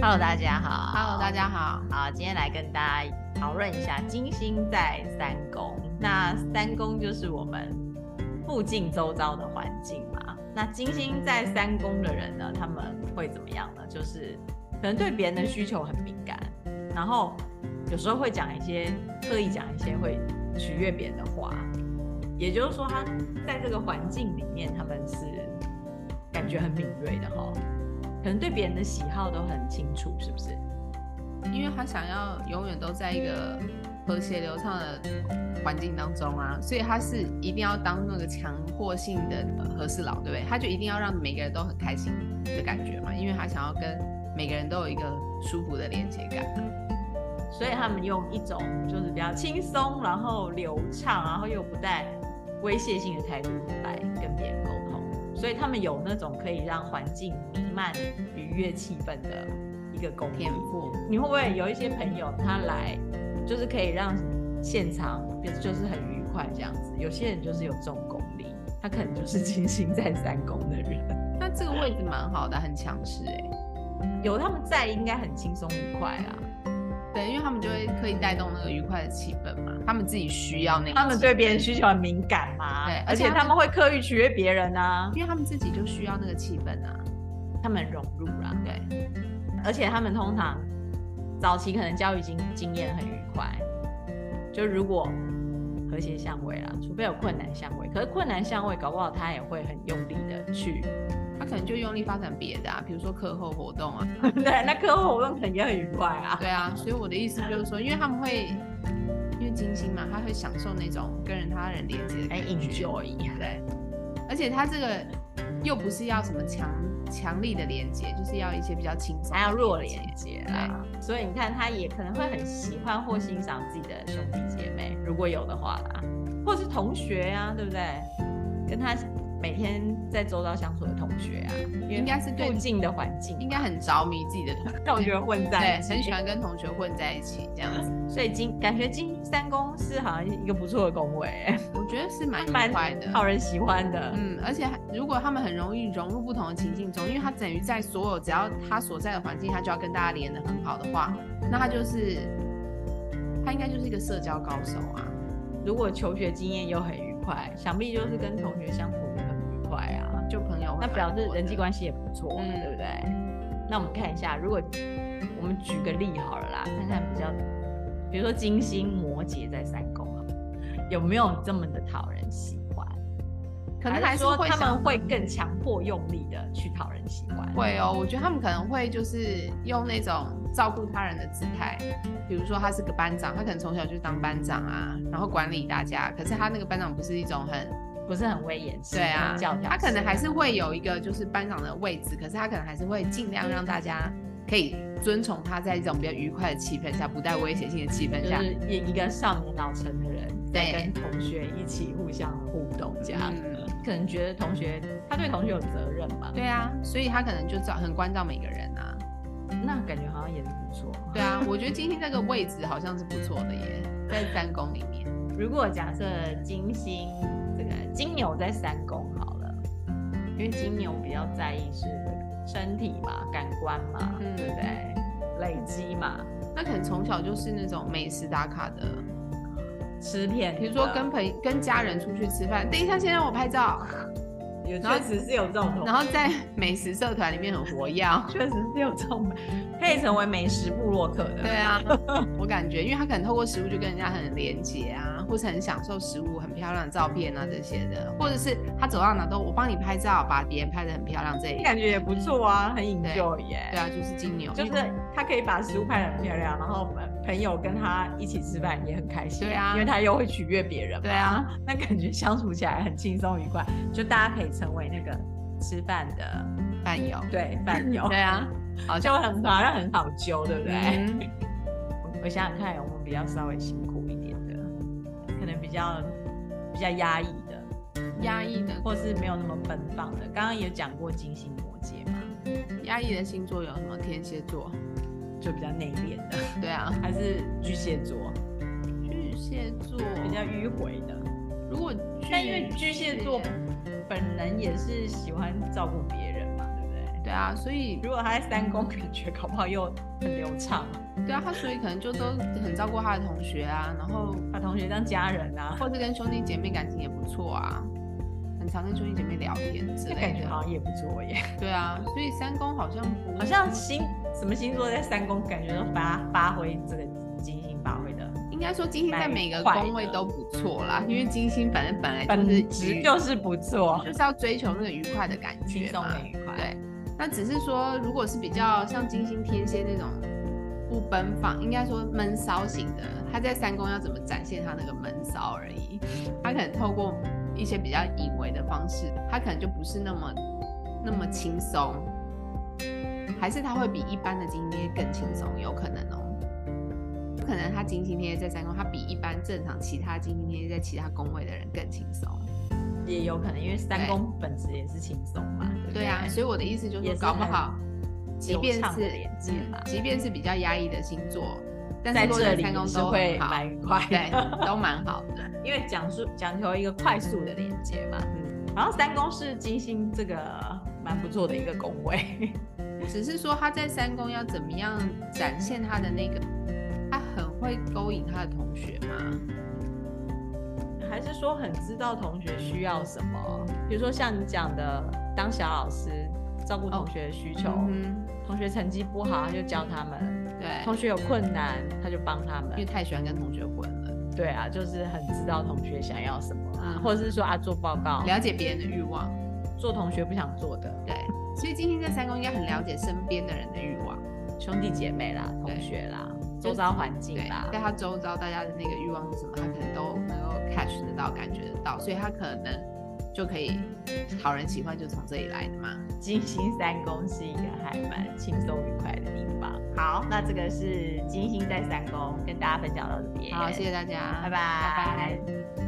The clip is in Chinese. Hello，大家好。 Hello，大家好。好，今天来跟大家讨论一下金星在三宫。那三宫就是我们附近周遭的环境嘛。那金星在三宫的人呢，他们会怎么样呢？就是可能对别人的需求很敏感，然后有时候会讲一些刻意讲一些会取悦别人的话。也就是说，他在这个环境里面，他们是感觉很敏锐的哈、可能对别人的喜好都很清楚，是不是？因为他想要永远都在一个和谐流畅的环境当中啊，所以他是一定要当那个强迫性的和事佬，对不对？他就一定要让每个人都很开心的感觉嘛，因为他想要跟每个人都有一个舒服的连接感。所以他们用一种就是比较轻松，然后流畅，然后又不带威胁性的态度来跟别人沟通，所以他们有那种可以让环境弥漫愉悦气氛的一个功力天。赋，你会不会有一些朋友他来，就是可以让现场就是很愉快这样子？有些人就是有这种功力，他可能就是 金星在三宫的人。那这个位置蛮好的，很强势哎、有他们在，应该很轻松愉快啊。对，因为他们就会可以带动那个愉快的气氛嘛，他们自己需要那个，他们对别人，需求很敏感嘛，对而而且且他们他们会刻意取悦别人啊，因为他们自己就需要那个气氛啊。他们很融入啊啦，对，而且他们通常早期可能教育经经验很愉快，就如果和谐相位啦，除非有困难相位，可是困难相位搞不好他也会很用力的去， 他可能就用力发展别的啊，比如说课后活动啊，对，那课后活动可能也很愉快啊，对啊，所以我的意思就是说，因为他们会，因为金星嘛，他会享受那种跟人他人连接的哎感觉， ，enjoy，对。而且他这个又不是要什么强强力的连接，就是要一些比较轻松的接，还有弱连接啊啊啦，所以你看他也可能会很喜欢或欣赏自己的兄弟姐妹，如果有的话啦，或是同学呀、对不对？跟他每天在周遭相处的同学啊，因为应该是对附近的环境，应该很着迷自己的同，同学混在对一，起很喜欢跟同学混在一起这样子，所以金感觉金三宫是好像一个不错的宫位、 欸，我觉得是蛮愉快蛮的。讨人喜欢的。嗯，而且还如果他们很容易融入不同的情境中，因为他等于在所有只要他所在的环境，他就要跟大家连得很好的话，那他就是他应该就是一个社交高手啊。如果求学经验又很愉快，想必就是跟同学相处也很愉快啊。就朋友会那表示蛮多的人际关系也不错嘛，嗯对不对？那我们看一下，如果我们举个例好了啦，看看比较，比如说金星摩羯在三宫啊，有没有这么的讨人喜欢？可能还还是是说会他们想会更强迫用力的去讨人喜欢？会哦，我觉得他们可能会就是用那种照顾他人的姿态，比如说他是个班长，他可能从小就当班长啊，然后管理大家，可是他那个班长不是一种很不是很威严，对啊教，条式的，他可能还是会有一个就是班长的位置，可是他可能还是会尽量让大家可以遵从他，在一种比较愉快的气氛下，不带威胁性的气氛就下，是一一个上脑层的人，在对跟同学一起互相互动这样，哎嗯可能觉得同学他对同学有责任吧，对啊，所以他可能就照很关照每个人啊。那感觉好像也是不错。对啊，我觉得金星这个位置好像是不错的耶，在三宫里面。如果假设金星这个金牛在三宫好了，因为金牛比较在意是身体嘛、感官嘛，嗯对不对？累积嘛，那可能从小就是那种美食打卡的，吃片的，比如说跟朋跟家人出去吃饭，等一下先让我拍照，有然后确实是有这种同然后在美食社团里面很活跃。啊确实是有这种可以成为美食部落客的，对 啊，我感觉，因为他可能透过食物就跟人家很连结啊，或是很享受食物、很漂亮的照片啊这些的，或者是他走到哪都我帮你拍照，把别人拍得很漂亮这一类。感觉也不错啊，很 enjoy 耶。对啊，就是金牛，就是他可以把食物拍得很漂亮，然后呃朋友跟他一起吃饭也很开心，对啊因为他又会取悦别人嘛，对啊， 那感觉相处起来很轻松愉快，就大家可以成为那个吃饭的伴友。对饭友， 对啊，好就像很好像很好揪，对不对？嗯我我想想看，我们比较稍微辛苦一点的，可能比较比较压抑的， 压抑的或是没有那么奔放的。刚刚也讲过金星摩羯嘛，压抑的星座有什么？天蝎座，就比较内敛的，对啊，还是巨蟹座巨蟹座比较迂回的。如果但因为巨蟹座蟹本人也是喜欢照顾别人嘛，对不对？对啊，所以如果他在三宫，感觉搞不好又很流畅，对啊，他所以可能就都很照顾他的同学啊，然后把同学当家人啊，或者跟兄弟姐妹感情也不错啊，很常跟兄弟姐妹聊天之这类的。感觉好像也不错耶。对啊，所以三宫好像不好像星什么星座在三宫，感觉都发发挥这个金星发挥的应该说金星在每个蛮快的宫位都不错啦，因为金星反正本来就本是质愉哎就是不错，就是要追求那个愉快的感轻觉松嘛的。愉快。对，那只是说如果是比较像金星天蝎那种不奔放，应该说闷骚型的，他在三宫要怎么展现他那个闷骚而已，嗯他可能透过一些比较隐微的方式，他可能就不是那么那么轻松，还是他会比一般的金星更轻松，有可能哦。有可能他金星天蝎在三宫，他比一般正常其他金星天蝎在其他宫位的人更轻松。也有可能，因为三宫本质也是轻松嘛，对不对啊，所以我的意思就是也说，是搞不很好，即流便畅是嗯的连接嘛即便是比较压抑的星座，但是在落这在里三宫是都会很好，蛮快对的，，都蛮好的。因为讲述讲求一个快速的连接嘛。嗯，然后三宫是金星这个蛮不错的一个宫位，只是说他在三宫要怎么样展现他的那个，他很会勾引他的同学嘛。 还是说很知道同学需要什么？比如说像你讲的，当小老师照顾同学的需求，嗯同学成绩不好他就教他们，哼，对，同学有困难他就帮他因为们。太喜欢跟同学混了，对啊，就是很知道同学想要什么啊，嗯或者是说啊做报告，了解别人的欲望。做同学不想做的对，所以金星在三宫应该很了解身边的人的欲望，兄弟姐妹啦、对同学啦、就周遭环境对啦，，在他周遭大家的那个欲望是什么，他可能都能够 catch 得到、感觉得到，所以他可能就可以讨人喜欢，就从这里来的嘛。金星三宫是一个还蛮轻松愉快的地方。好，那这个是金星在三宫，跟大家分享到这边。好，谢谢大家，拜拜拜拜